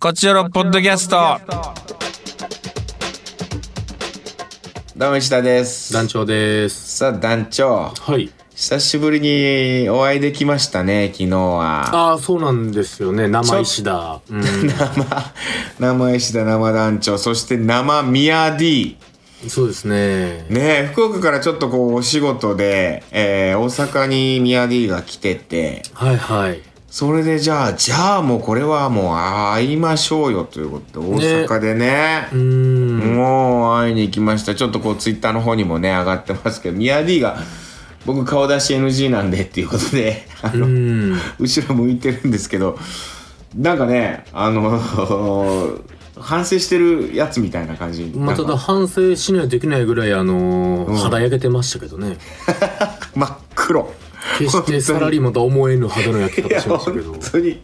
こちらのポッドキャスト。どうも石田です。団長です。さあ団長、はい。久しぶりにお会いできましたね、昨日は。ああ、そうなんですよね。生石田。うん。生、生石田生団長、そして生宮 D。 そうですね。ねえ福岡からちょっとこうお仕事で、えー大阪に宮 D が来てて、はいはい。それでじゃあ、じゃあもうこれはもう会いましょうよということで、大阪でねうーん。もう会いに行きました。ちょっとこうツイッターの方にもね、上がってますけど、ミヤ D が、僕顔出し NG なんでっていうことで、あうの、ん。後ろ向いてるんですけど、なんかね、あの、反省してるやつみたいな感じ。まあ、たなんだか反省しないといけないぐらい、あのーうん肌焼けてましたけどね。真っ黒。決してサラリーマンとは思えぬ肌の焼けいや、方しましたけど本。当に。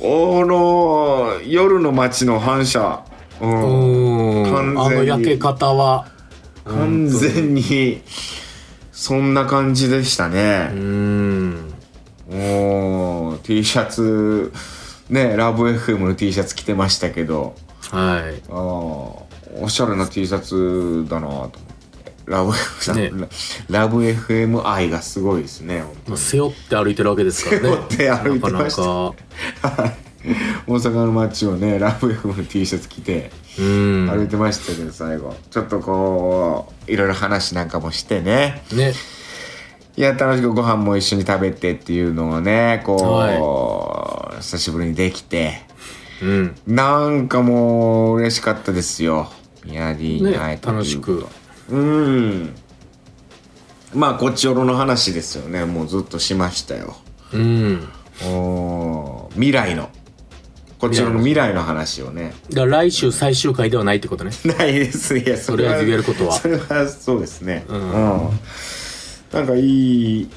あの、夜の街の反射。ううんーん。完あ全にの焼け方は。完全に、そんな感じでしたね。うーん。もう T シャツねラブ FM の T シャツ着てましたけどはい。あーおしゃれな T シャツだなと思ってラブ FM さん、ね ララブ FM 愛がすごいですね本当まあ、に背負って歩いてるわけですからね。背負って歩いてましたなかなか。大阪の街をねラブ FM の T シャツ着てうん。歩いてましたけど最後ちょっとこういろいろ話なんかもしてねね。いや楽しくご飯も一緒に食べてっていうのをねこう、久しぶりにできて。うん。なんかもう嬉しかったですよ。ミヤディに会えね。たと楽いしうことく。うん。まあ、こっちよろの話ですよね。もうずっとしましたよ。うん。おー未来の。こっちよろの未来の話をね。だから来週最終回ではないってことね。ないです。いや、それは。とりあえず言えることはそれはそうですね。うんうん。なんかいい、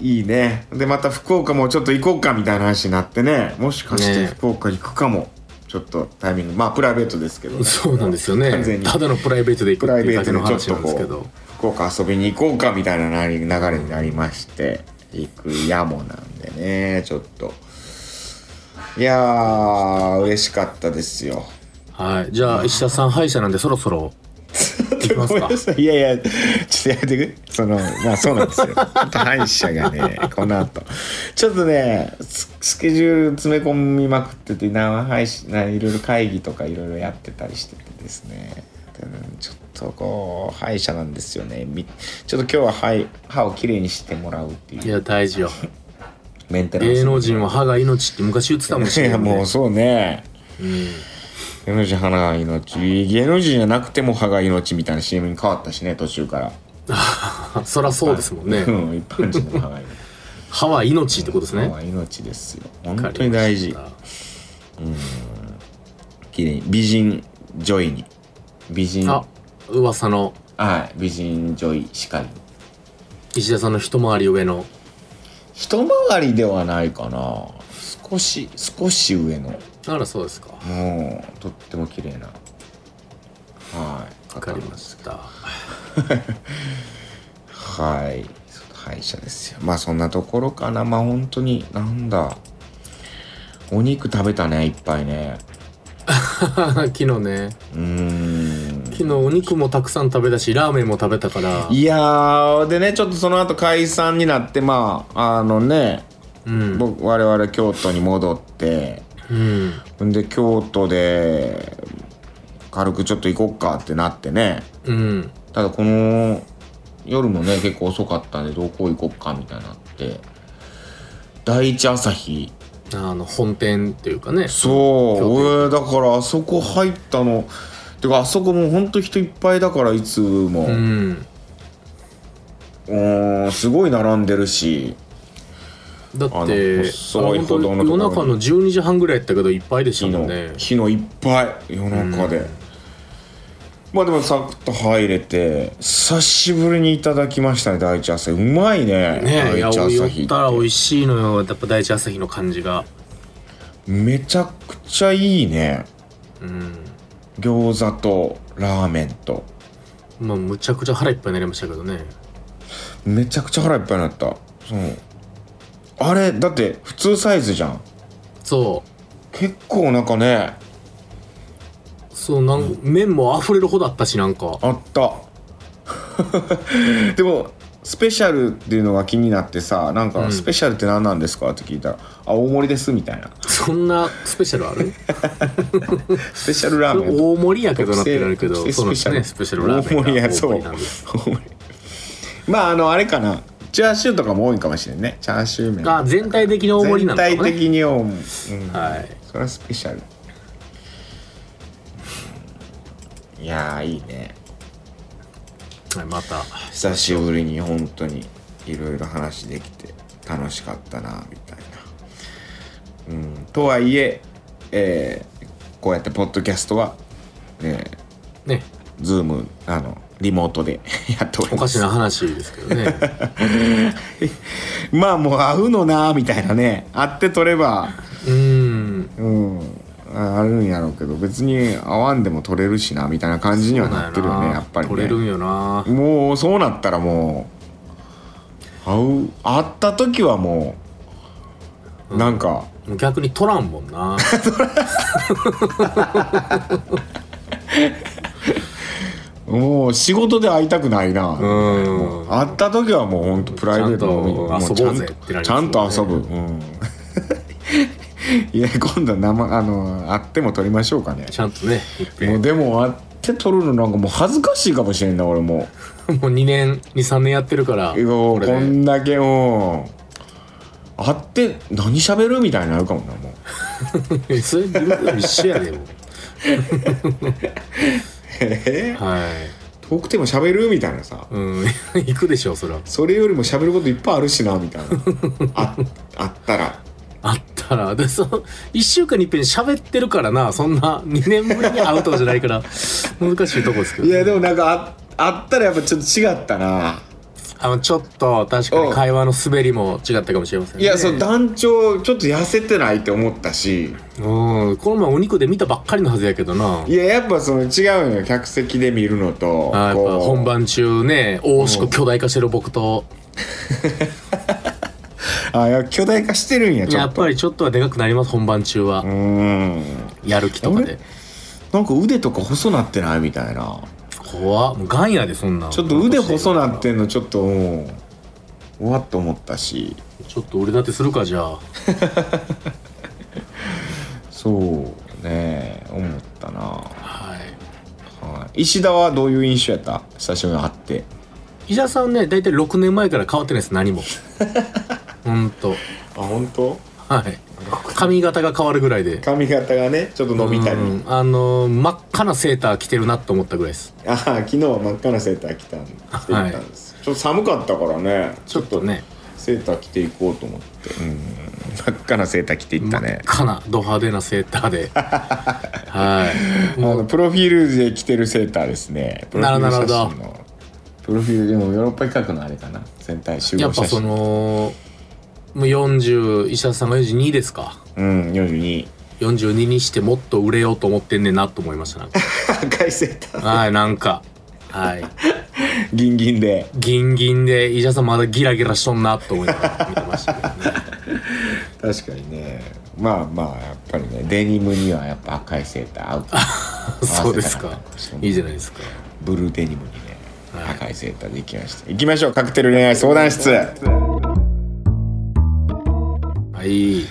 いいね。で、また福岡もちょっと行こうかみたいな話になってね。もしかしてね福岡行くかも。ちょっとタイミング。まあ、プライベートですけどね。そうなんですよね完全。にただのプライベートで行プくっライていベうだーけトのにちょ話っとなんですけこど。う福岡遊びに行こうかみたいななり流れになりまして行くやもなんでねちょっといやー嬉しかったですよはい。じゃあ、石田さん敗者なんでそろそろ。行きます ごめんかな。さいいやいやちょっとやめてくそのまあそうなんですよちょっと歯医者がねこの後ちょっとねススケジュール詰め込みまくってて生配信ないろいろ会議とかいろいろやってたりしててですねうんちょっとこう歯医者なんですよねみちょっと今日は歯い歯をきれいにしてもらうっていいうや、大事よ。メンテナンス芸能人は歯が命って昔言ってたもんしいれなやいね。もうそうねうん。芸能人歯が命芸能人じゃなくても歯が命みたいな CM に変わったしね途中からあそらそうですもんねう。ん一般人の歯が命歯は命ってことですね。は命ですよ。本わかりました当に大事。綺麗に美人女医に美人あは、噂のい美人女医しかり。石田さんの一回り上の。一回りではないかな。少し少し上のあら、そうですか。もうとっても綺麗なはいわかりました。 はい歯医者ですよ。まあそんなところかな。まあ本当になんだ。お肉食べたねいっぱいね。昨日ね。うーん。昨日お肉もたくさん食べたし、ラーメンも食べたから。いやーでねちょっとその後解散になってまああのねうん。僕我々京都に戻ってうん。んで京都で軽くちょっと行こっかってなってねうん。ただこの夜もね結構遅かったんでどこ行こっかみたいになって第一朝日あの、本店っていうかね。そう京俺だからあそこ入ったのてかあそこもうほんと人いっぱいだからいつも、うん。うーんすごい並んでるしだっあのて細いあ本当歩道のところ夜に中の12時半ぐらいやったけどいっぱいでした昨もん日、ね昨日いっぱい夜中で、まあでもサクッと入れて久しぶりにいただきましたね第一朝日うまいねねえ第いや一お朝寄日っったら美て味しいのよやっぱ第一朝日の感じがめちゃくちゃいいねうん餃子とラーメンとまあむちゃくちゃ腹いっぱいになりましたけどねめちゃくちゃ腹いっぱいになったそうあれだって普通サイズじゃんそ結構なんかねそうなん麺も溢れるほどあったしなんかあった でもスペシャルっていうのが気になってさなんか「スペシャルって何なんですか?」って聞いたら「あ大盛りです」みたいなそんなスペシャル ある「スペシャルラーメン」大盛りやけどなってなるけど特製そうなんですねスペ特シ製ャルラーメン大盛りがやそ大盛うりなんです大盛りまああのあれかなチャーシューとかも多いかもしれんねチャーシュー麺あ全体的に大盛りな全んだ体ね的に多い、うんはいそれはスペシャルうんいやーいいねはいまた久しぶりに本当にいろいろ話できて楽しかったなみたいな。うん、とはいええーこうやってポッドキャストは、ね、ねズームあのリモートで やっておりおまかすしな話ですけどね まあもう会うのなみたいなね会って取れば、うーんうん、ああるんやろうけど別に会わんでも取れるしなみたいな感じにはなってるよねやっぱりね。取れるんよなもうそうなったらもう会う会った時はもう、なんかもう逆に取らんもんなもう仕事で会いたくないな、うん会った時はもう本当プライベートのみもちゃんと遊ぼうぜってなりますちゃんとちゃんと遊ぶ、ようん、 いや今度は生あの会っても撮りましょうかねちゃんとねいっぺもうんでも会って撮るのなんかもう恥ずかしいかもしれんな俺ももう2年23年やってるからうおこれこでんだけもう会って何喋るみたいになるかもなも うそれグループ一緒やでもうえはい遠くても喋るみたいなさうん 行くでしょそれはそれよりも喋ることいっぱいあるしなみ たいなああったらあったらでその1週間にいっぺん喋ってるからなそんな2年ぶりに会うとかじゃないから 難しいとこですけどいやでももなんかああったらやっぱちょっと違ったなあのちょっと確かに会話の滑りも違ったかもしれませんねいやそう団長ちょっと痩せてないって思ったしうんこの前お肉で見たばっかりのはずやけどないややっぱその違うのよ客席で見るのとあやっぱこう本番中ね大しく巨大化してる僕とあいや巨大化してるんやちょやっっとぱりちょっとはでかくなります本番中うはーんやる気とかでなんか腕とか細なってないみたいな怖っもうガンやでそんなんちょっと腕細なってんのちょっともううわっと思ったしちょっと俺だってするかじゃあそうね思ったなはいはい、石田はどういう印象やった久しぶりに会って伊沢さんね大体6年前から変わってないです 何もほんとあ本当はい髪型が変わるぐらいで髪型がねちょっと伸びたりうんあのー真っ赤なセーター着てるなと思ったぐらいですああ昨日は真っ赤なセーター着たん着て行ったんです、ちょっと寒かったからねちょっとねセーター着ていこうと思ってうん真っ赤なセーター着ていっ真たっね赤なド派手なセータ ーではいあのプロフィールで着てるセーターですねプロフィール写なる真ほのプロフィールでもヨーロッパ企画のあれかな全体集や合っぱ写そ真のもう40石田さんが42ですかうん42 42にしてもっと売れようと思ってんねんなと思いました なんか赤いセーターはいなんかはいギンギンでギンギンで石田さんまだギラギラしとんなと思いながら見てました けどね確かにねまあまあやっぱりねデニムにはやっぱ赤いセーター合 うそうです合わかせたかったいいじゃないですかブルーデニムにね赤いセーターで行きました行きましょうカクテル恋愛相談室はい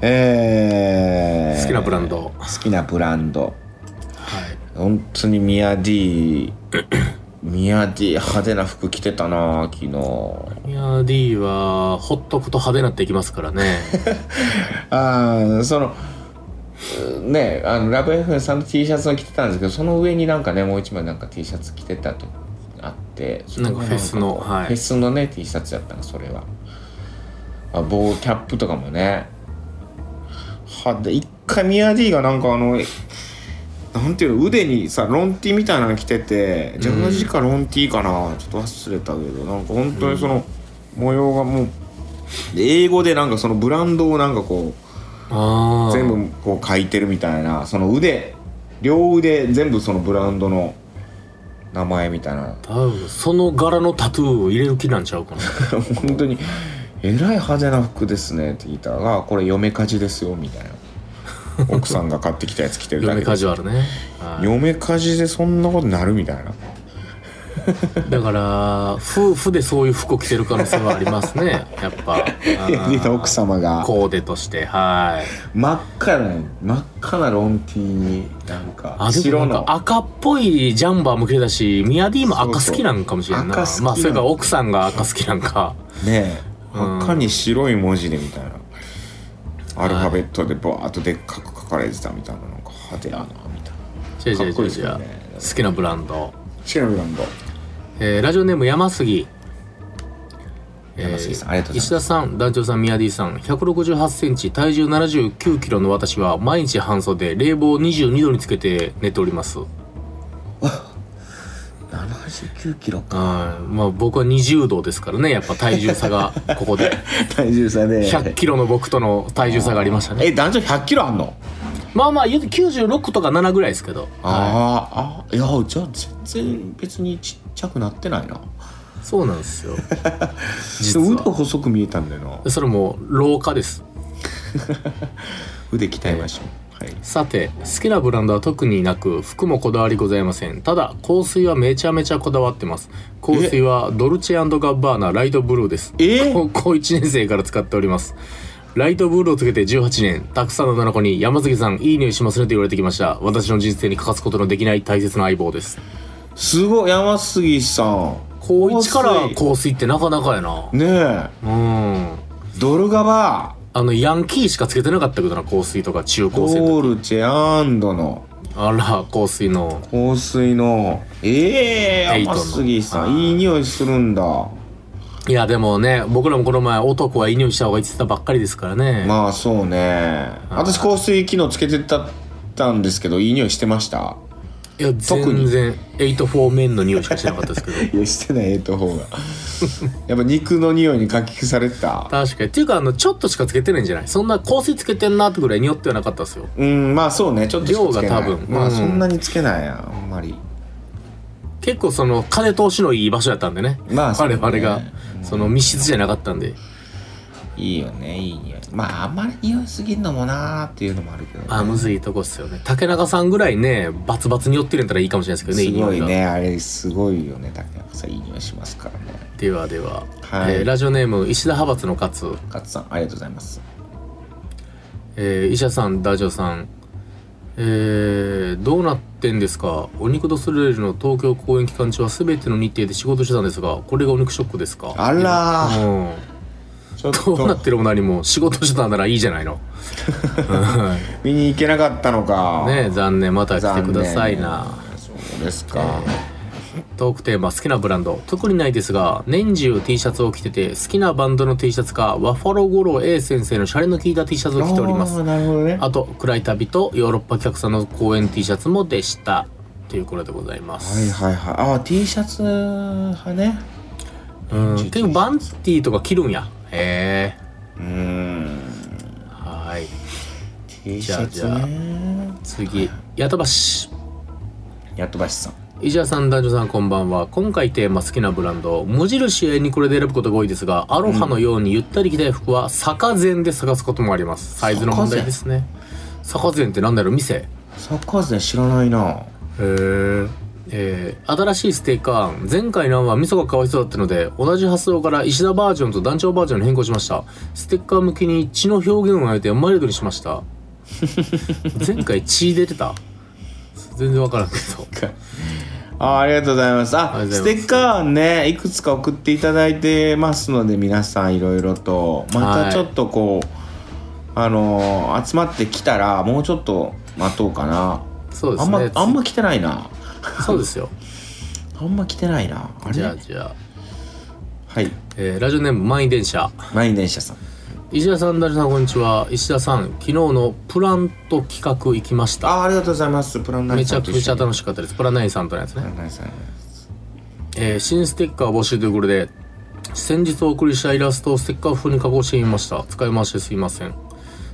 えー、好きなブランドド、好きなブランドはい本当にミヤデ ィミヤディ派手な服着てたな昨日いやー D はほっとくと派手になっていきますから ね ああそのうねあのラブ f さんの T シャツを着てたんですけどその上になんかねもう一枚なんか T シャツ着てたとあってそれがなんかフェスのなんかこうはいフェスのね T シャツやったのそれはあ棒キャップとかもねはで一回ミヤディがなんかあのなんていうの腕にさロンティみたいなの着ててジャージかロンティかな、ちょっと忘れたけどなんか本当にその模様がもうで英語でなんかそのブランドをなんかこうああ全部こう書いてるみたいなその腕両腕全部そのブランドの名前みたいな 多分その柄のタトゥーを入れる気なんちゃ うかな本当にえらい派手な服ですねって聞いたらあ「これ嫁かじですよ」みたいな奥さんが買ってきたやつ着てるだ嫁けでカジュアルね、はい嫁かじでそんなことなるみたいなだから夫婦でそういう服を着てる可能性はありますねやっ ぱ奥様がコーデとしてはい真っ赤な真っ赤なロンティーになんかあでも白なんのか赤っぽいジャンバーも着てたしミヤディも赤そうそ好うきなんかもしれんな赤好きなのまあそれから奥さんが赤好きな んかねえうん赤に白い文字でみたいなアルファベットでバーっとでっかく書かれてたみたいななんか派手やなみたいな違かう違う違っこいいうです違よう、ね好きなブランド、白ブランドえーラジオネーム山杉えー山杉さんありがとうございます石田さん団長さん宮 D さん1 6 8ンチ体重7 9キロの私は毎日半袖冷房22度につけて寝ております79キロかはいまあ僕は20度ですからねやっぱ体重差がここで体重差で100キロの僕との体重差がありましたねえ男女100キロあんのまあまあ言うて96とか7ぐらいですけど、は、あーあいやじゃあ全然別にちっちゃくなってないないそうなんですよ実腕は細く見えたんだよなそれも老化です腕鍛えましょう、はいさて好きなブランドは特になく服もこだわりございませんただ香水はめちゃめちゃこだわってます香水はドルチェガッバーナライトブルーですえ高校1年生から使っておりますライトブルーをつけて18年たくさんの女の子に「山崎さんいい匂いしますね」と言われてきました私の人生に欠かすことのできない大切な相棒ですすごい山杉さん高1から香香水ってなかなかやな水ねえうんドルガバあのヤンキーしかつけてなかったけどな香水とか中ド高生とールチェアンドのあら香水の香水のええエイ山トの杉さあんーいい匂いするんだいやでもね僕らもこの前男は犬にした方がいいって言ってたばっかりですからね、まあそうね私香水機能つけてたたんですけどいい匂いしてましたいや特に全然84面の匂いしかしてなかったですけどいやしてないええと方 がやっぱ肉の匂いにかき消されてた確かにっていうかあのちょっとしかつけてないんじゃないそんな香水つけてんなってぐらい匂ってはなかったですようんまあそうねちょっとしかつけない量が多分まうあんそんなにつけないやあんまり結構その風通しのいい場所やったんでね、まあそう我ね々がうんその密室じゃなかったんでいいよねいい匂いまああんまり匂いすぎんのもなーっていうのもあるけど、ね、あむずいとこっすよね竹中さんぐらいねバツバツに寄ってるんやったらいいかもしれないですけどねすごい匂がねあれすごいよね竹中さんいい匂いしますからねではでは、はいえーラジオネーム石田派閥の勝勝さんありがとうございますえー、医者さんダジョさんえー、どうなってんですかお肉ドスレルの東京公演期間中は全ての日程で仕事してたんですがこれがお肉ショックですかあらーうんちょっどうなっとてるも何も仕事してたならいいじゃないのはい見に行けなかったのかねえ残念また来て残く念ださいなそうですか、トークテーマ好きなブランド特にないですが年中 T シャツを着てて好きなバンドの T シャツかワッファローゴロ A 先生のシャレの効いた T シャツを着ておりまあすーなるほどねあと暗い旅とヨーロッパ客さんの公演 T シャツもでしたということでございまはいす。はいはいあー T シャツ派ねうん、結構バンティーとか着るんや。へうーんえ。はい。 T シャツじゃあね次、ヤトバシ。やっとばしさん石田さん、男女さんこんばんは。今回テーマ好きなブランド、無印永遠にこれで選ぶことが多いですが、アロハのようにゆったり着たい服は坂前で探すこともあります。サイズの問題ですね。坂前ってなんだろう店サッカーズね知らない なへえー、新しいステッカー案前回の案は味噌がかわいそうだったので同じ発想から石田バージョンと団長バージョンに変更しましたステッカー向きに血の表現をあえてマイルドにしました前回血出てた全然わからんけどあーありがとうございますあありがスとうござテいますッカーねいくつか送っていただいてますので皆さんいろいろとまはたいちょっとこう、あのー集まってきたらもうちょっと待とうかな、そうであすんねまあんま来てないなそうですよあんま来てないなあれじゃあじゃあ、はいえーラジオネーム満員電車満員電車さん石田さんダルさんこんにちは石田さん昨日のプラント企画行きましあーたありがとうございますプランナめイちさゃんとく一ちゃ緒に楽しかったですプラナインさんとのやつねプランナイさんえー新ステッカー募集ということで先日お送りしたイラストをステッカー風に加工してみました使い回してすいません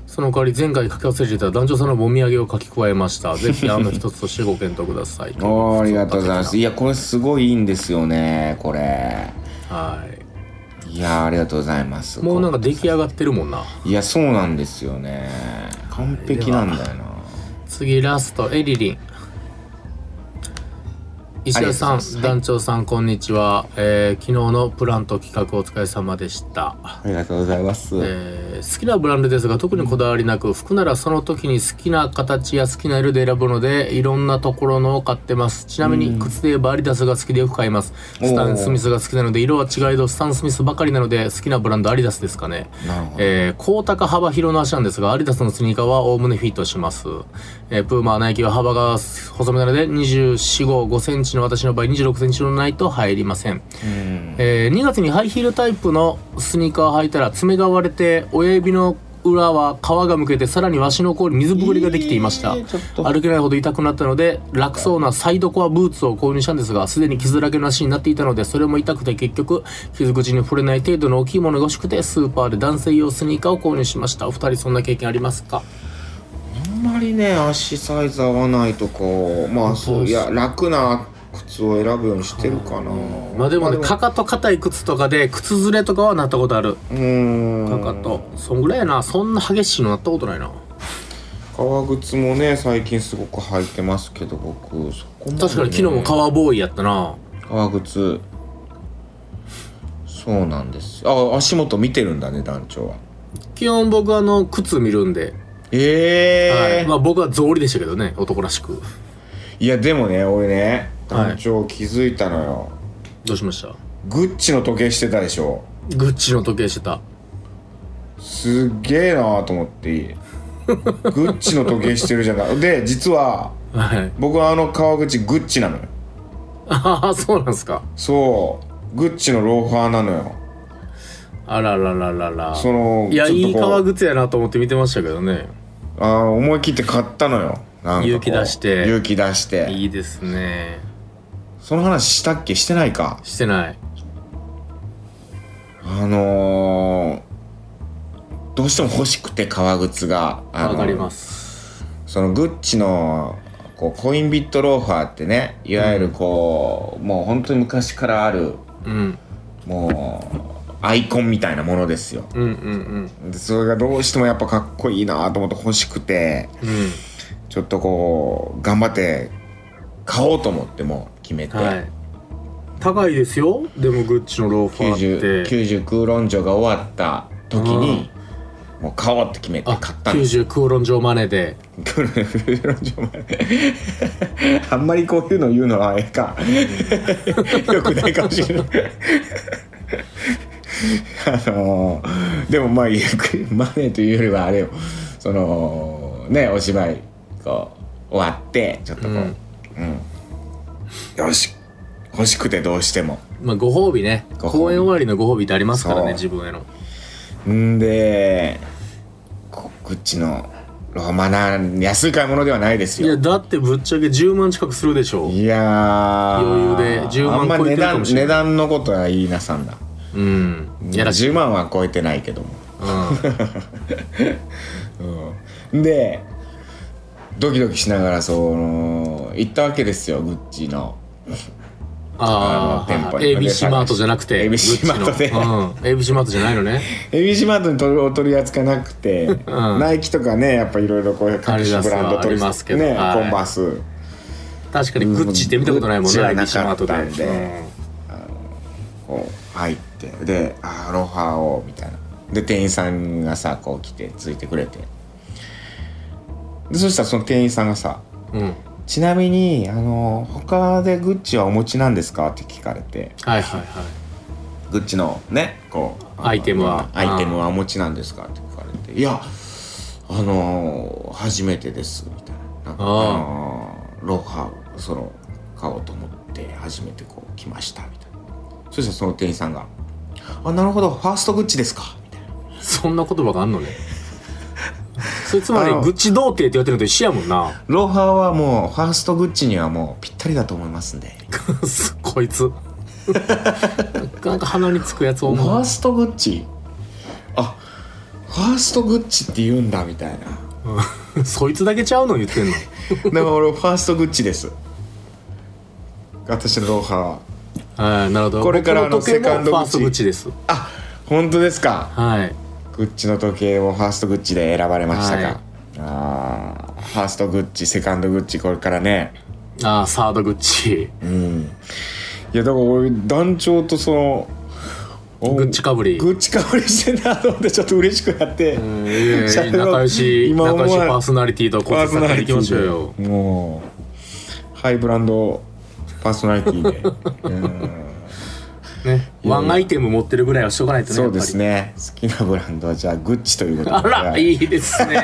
その代わり前回書き忘れていた団長さんのもみあげを書き加えましたぜひ案の一つとしてご検討ください おーありがとうございますいやこれすごいいいんですよねこれはいやーありがとうございますいもうなんか出来上がってるもんないやそうなんですよね完璧なんだよな次ラストエリリン石田さありがとうございんますはい団長さんこんにちは、えー昨日のプラント企画お疲れ様でした、ありがとうございます、えー好きなブランドですが特にこだわりなく服ならその時に好きな形や好きな色で選ぶのでいろんなところのを買ってますちなみに靴で言えばアリダスが好きでよく買いますおースタン・スミスが好きなので色は違いどスタン・スミスばかりなので好きなブランドアリダスですかねなるほどえー高高幅広の足なんですが、アディダスのスニーカーはおおむねフィットします。えープーマー、ナイキは幅が細めなので、24、5、5センチの私の場合、26センチのないと入りません。うんえー2月にハイヒールタイプのスニーカーを履いたら、爪が割れて、親指の裏は皮がむけて、さらに足の甲に水ぶくれができていました。えーちょっと歩けないほど痛くなったので楽そうなサイドコアブーツを購入したんですがすでに傷だらけの足になっていたのでそれも痛くて結局傷口に触れない程度の大きいものが欲しくてスーパーで男性用スニーカーを購入しましたお二人そんな経験ありますかあんまりね足サイズ合わないとかまあそそうういそうや楽な靴を選ぶようにしてるかなまあでもねかかと硬い靴とかで靴ずれとかはなったことあるうーんかかとそんぐらいやなそんな激しいのなったことないな革靴もね最近すごく履いてますけど僕そこまでね、確かに昨日も革ボーイやったな革靴そうなんですあ足元見てるんだね団長は基本僕あの靴見るんで、ええーはいまあ僕は草履でしたけどね男らしくいやでもね俺ねはい団長気づいたのよ、どうしましたグッチの時計してたでしょグッチの時計してたすっげえなーと思 ってグッチの時計してるじゃないで実ははい僕はあの革口グッチなのよああそうなんですかそうグッチのローファーなのよあらららららそのいやちょっとこういい革靴やなと思って見てましたけどねあー思い切って買ったのよなんかこう勇気出して勇気出していいですねその話したっけしてないかしてないあのー、どうしても欲しくて革靴があのわかりますそのグッチのこうコインビットローファーってねいわゆるこう、もう本当に昔からあるうんもうアイコンみたいなものですようんうんうんでそれがどうしてもやっぱかっこいいなと思って欲しくてうちょっとこう頑張って買おうと思ってもう決めて、んはい高いですよでもグッチのローファー 90, って90空論城が終わった時にもう買おうって決めてあ買ったんです90空論上マネーで来る冬の城まであんまりこういうの言うのはあれかよくないかもしれないあのーでもまあゆっくりマネーというよりはあれよそのねお芝居こう終わってちょっとこう、ううんんよし欲しくてどうしてもまあご褒美ねご褒美公演終わりのご褒美ってありますからそねう自分へのんでここっちのローマな安い買い物ではないですいよやだってぶっちゃけ10万近くするでしょいやー余裕で10万あんま超え値てるかも段しれ値な段のことは言いなさんだうんやらしい、 10万は超えてないけども、う うん、ん、でドキドキしながらその行ったわけですよグッチのあああのは店舗にい ABC マートじゃなくて ABC マートでグッチのうん、ABC マートじゃないのねエビシマートに取るお取り扱いなくて、ナイキとかねやっぱいろいろこういう各種ブランド取ありりますけどね、はいコンバース確かにグッチって見たことないもんねうん ABC マートでグッチはなかこう入ってで「あーロハを」みたいなで店員さんがさこう来てついてくれてでそしたらその店員さんがさうん、うんちなみにあの他でグッチはお持ちなんですかって聞かれてはいはいはいグッチのねこうあのアイテムはアイテムはお持ちなんですかって聞かれていやあの初めてですみたいななんかああーのロハをその買おうと思って初めてこう来ましたみたいなそしたらその店員さんが「あなるほどファーストグッチですか」みたいなそんな言葉があんのねそれつまりあのグッチ童貞って言われてるのと一緒やもんな ロハはもうファーストグッチにはもうぴったりだと思いますんで。こ いつなんか鼻につくやつフ思ァうーストグッチあファーストグッチって言うんだみたいなそいつだけちゃうの言ってんのだから俺ファーストグッチです私のローハーははいなるほどこれからあの僕時計もセカンドフグァッチーストグッチですあ本当ですかはいグッチの時計をファーストグッチで選ばれましたか、はいあーファーストグッチセカンドグッチこれからねああサードグッチうんいやだから俺団長とそのおグッチかぶりグッチかぶりしてんなと思ってちょっと嬉しくなって、うんいやいや社長 仲良 し今仲思わ良なしいパーソナリティとパコーツソさナんでリいテきましょうィよでもうハイブランドパーソナリティで、 うんねワンアイテム持ってるぐらいはしとかないとねそうですねね好きなブランドはじゃあグッチということあでらいいです ね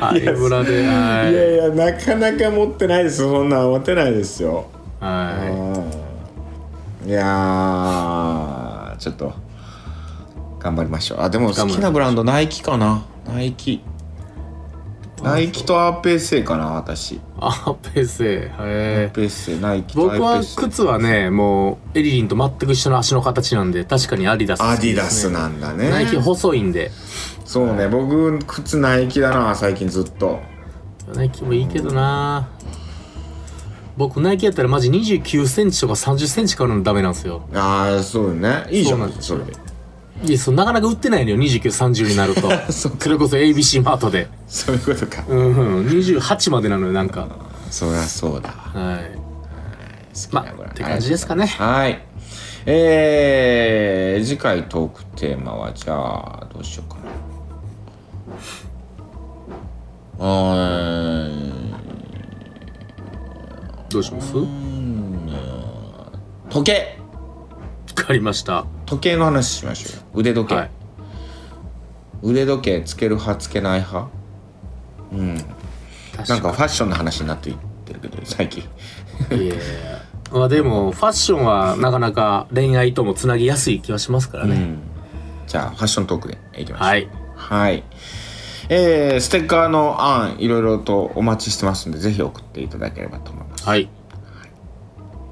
ハイブラでいはやいいやなかなか持ってないですそんなん持てないですよ、はうんいやーちょっと頑張りましょうあでも好きなブランドナイキかなナイキナイキとアーペーセーかな私いあペーセアはーいペーセーナイキとアーペ僕はーセー靴はねもうエリリンと全く一緒の足の形なんで確かにアディダスアデ好きィでダすスねなんだねナイキ細いんでそうね僕靴ナイキだな最近ずっとナイキもいいけどな僕ナイキやったらマジ2 9センチとか3 0センチ買うのダメなんですよああそうねいいじゃそうなんんですそれでいやそうなかなか売ってないのよ2930になると そそっかれこそ ABC マートでそういうことかうん、うん、28までなのよなんかそりゃそうだわはい好きなぐらいまあって感じですかねはいえー、次回トークテーマはじゃあどうしようかなうーんどうします時計わかりました時計の話しましょうよ腕時計、はい腕時計つける派つけない派確なんかファッションの話になっていってるけど最近いやいやまあでもファッションはなかなか恋愛ともつなぎやすい気はしますからね、じゃあファッショントークでいきましょうはいはい。えー、ステッカーの案、いろいろとお待ちしてますんで、ぜひ送っていただければと思います。はい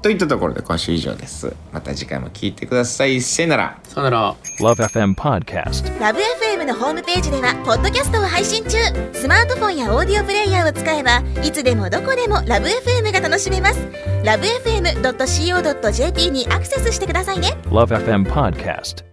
といったところで今週以上です。また次回も聞いてください。せなら。さよなら Love FM Podcast. ラブ f m のホームページではポッドキャストを配信中スマートフォンやオーディオプレイヤーを使えばいつでもどこでもラブ f m が楽しめますラブ FM.co.jp にアクセスしてくださいね Love FM Podcast.